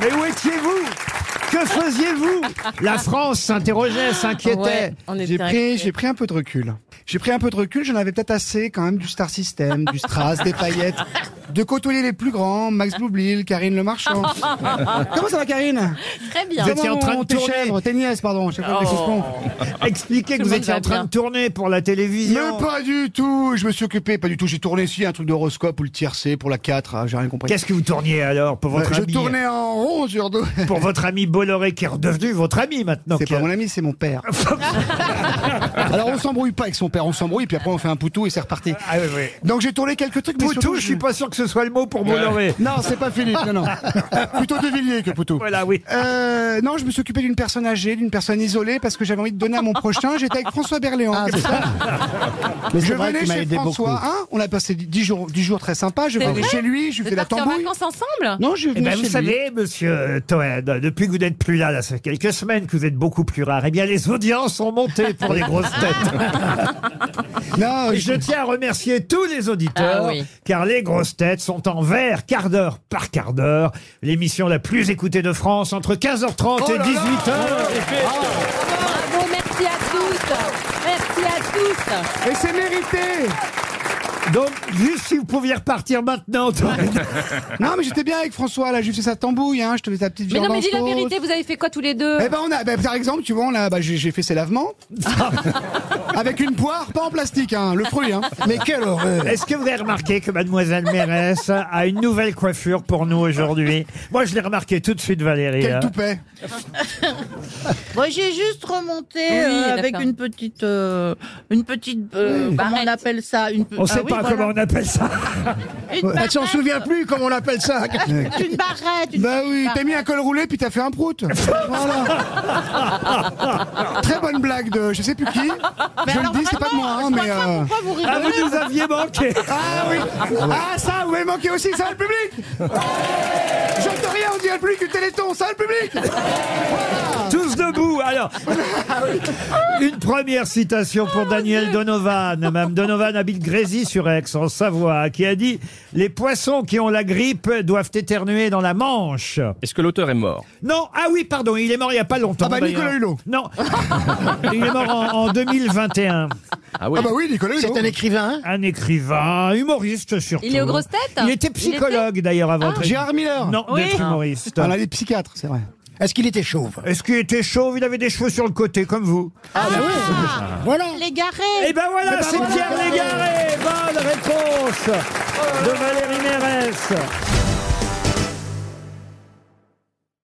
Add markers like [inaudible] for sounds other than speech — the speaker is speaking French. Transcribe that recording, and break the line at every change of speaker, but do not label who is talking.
faisiez-vous Que faisiez-vous La France s'interrogeait, s'inquiétait.
Ouais, on était
J'ai pris,
inquiets.
j'ai pris un peu de recul. J'ai pris un peu de recul, j'en avais peut-être assez quand même du Star System, du Stras, des paillettes, de côtoyer les plus grands, Max Boublil, Karine Le Marchand. Comment ça va Karine
Très bien. Oh.
Vous étiez en train de Oh.
tes
tourner.
chèvres, tes nièces, pardon, je sais pas, je les confonds.
Expliquez que
Tout le
vous
monde
étiez en
va
train
bien.
de tourner pour la télévision.
Mais pas du tout, je me suis occupé, pas du tout. J'ai tourné si un truc d'horoscope ou le tiercé pour la 4, ah, j'ai rien compris.
Qu'est-ce que vous tourniez alors pour votre
je
ami
tournais en rond sur
[laughs]
deux.
Pour votre ami Bolloré qui est redevenu votre ami maintenant.
C'est
qui
pas
a-
mon ami, c'est
[laughs]
mon père. Alors on s'embrouille pas avec son père, on s'embrouille, puis après on fait un poutou et c'est reparti.
Ah oui, oui.
Donc j'ai tourné quelques trucs, mais
Poutou,
surtout,
je suis pas sûr que ce soit le mot pour Bolloré.
Non, c'est pas Philippe, non, non. [laughs] Plutôt de Villiers que Poutou.
Voilà, oui.
Euh, non, je me suis occupé d'une personne âgée, d'une personne isolée, parce que j'avais envie de donner à mon [laughs] prochain. J'étais avec François Berléand. [laughs]
Mais c'est
je
vrai
venais
qu'il m'a
chez
aidé beaucoup.
François, hein, on a passé dix jours, dix jours très sympas. Je
C'est
venais
vrai
chez lui, je
Vous
fais
êtes
la
partis en
tambouille.
vacances ensemble
Non, je
Eh
venais
ben,
chez
vous
lui.
savez, monsieur Toed, depuis que vous n'êtes plus là, là, ça fait quelques semaines que vous êtes beaucoup plus rare, eh bien, les audiences ont monté pour les grosses têtes.
Non,
Et
je-
je tiens à remercier tous les auditeurs,
Ah oui.
car les grosses têtes sont en vert, quart d'heure par quart d'heure, l'émission la plus écoutée de France, entre 15h30 et 18h.
Bravo, merci à tous. Merci à tous.
Et c'est mérité.
Ah, Donc, juste si vous pouviez repartir maintenant,
[laughs]
Toed.
Non, mais j'étais bien avec François, là, j'ai fait sa tambouille, hein, je te fais ta petite
Mais
viande
non, mais
en
dis la
sauce.
vérité, vous avez fait quoi tous les deux
Eh ben on a, ben, par exemple, tu vois, on a, bah, j'ai j'ai fait
[laughs]
ses lavements avec une poire, pas en plastique, hein, le fruit. Hein. Mais quelle horreur
Est-ce que vous avez remarqué que Mademoiselle Mérès a une nouvelle coiffure pour nous aujourd'hui Moi, je l'ai remarqué tout de suite, Valérie.
Quel
hein.
toupet
Moi, j'ai juste remonté
Oui,
euh,
la
avec
femme.
une petite, euh, une petite, euh, comment on
Barrette.
appelle ça Une, pe-
On
ah
sait
oui,
pas
voilà. Ah,
comment on appelle ça.
Une barrette,
s'en souvient plus comment on appelle
[laughs]
ça.
une barrette. Une
bah oui, t'as mis un col roulé puis t'as fait un prout. voilà. Très bonne blague de je sais plus qui.
Mais
je
alors,
le dis, c'est pas de moi, hein,
vraiment, je
mais.
vois pas
euh,
Pourquoi vous
Ah,
rigolez
vous nous aviez manqué.
Ah oui Ah ça, vous m'avez manqué aussi, ça le public J'entends rien, on dirait plus que téléthon, ça le public
Tous debout. Alors, une première citation
Oh,
pour Daniel Donovan. Madame Donovan habite Grésy sur Aix, en Savoie, qui a dit Les poissons qui ont la grippe doivent éternuer dans la Manche.
Est-ce que l'auteur est mort
Non, ah oui, pardon, il est mort il n'y a pas longtemps.
Ah bah,
d'ailleurs.
Nicolas Hulot.
Non, [laughs] il est mort en, en 2021.
Ah oui.
Ah bah oui, Nicolas Hulot.
C'est un écrivain
Un écrivain, humoriste surtout.
Il est aux grosses têtes
Il était psychologue d'ailleurs avant. d'être-
Gérard Ah, Miller
Non,
Oui.
d'être humoriste.
On a des psychiatres, c'est vrai.
Est-ce qu'il était chauve
Est-ce qu'il était chauve Il avait des cheveux sur le côté, comme vous.
Ah,
Voilà.
Les garés.
Eh ben voilà, c'est Pierre Légaré Bonne réponse de Valérie Mérès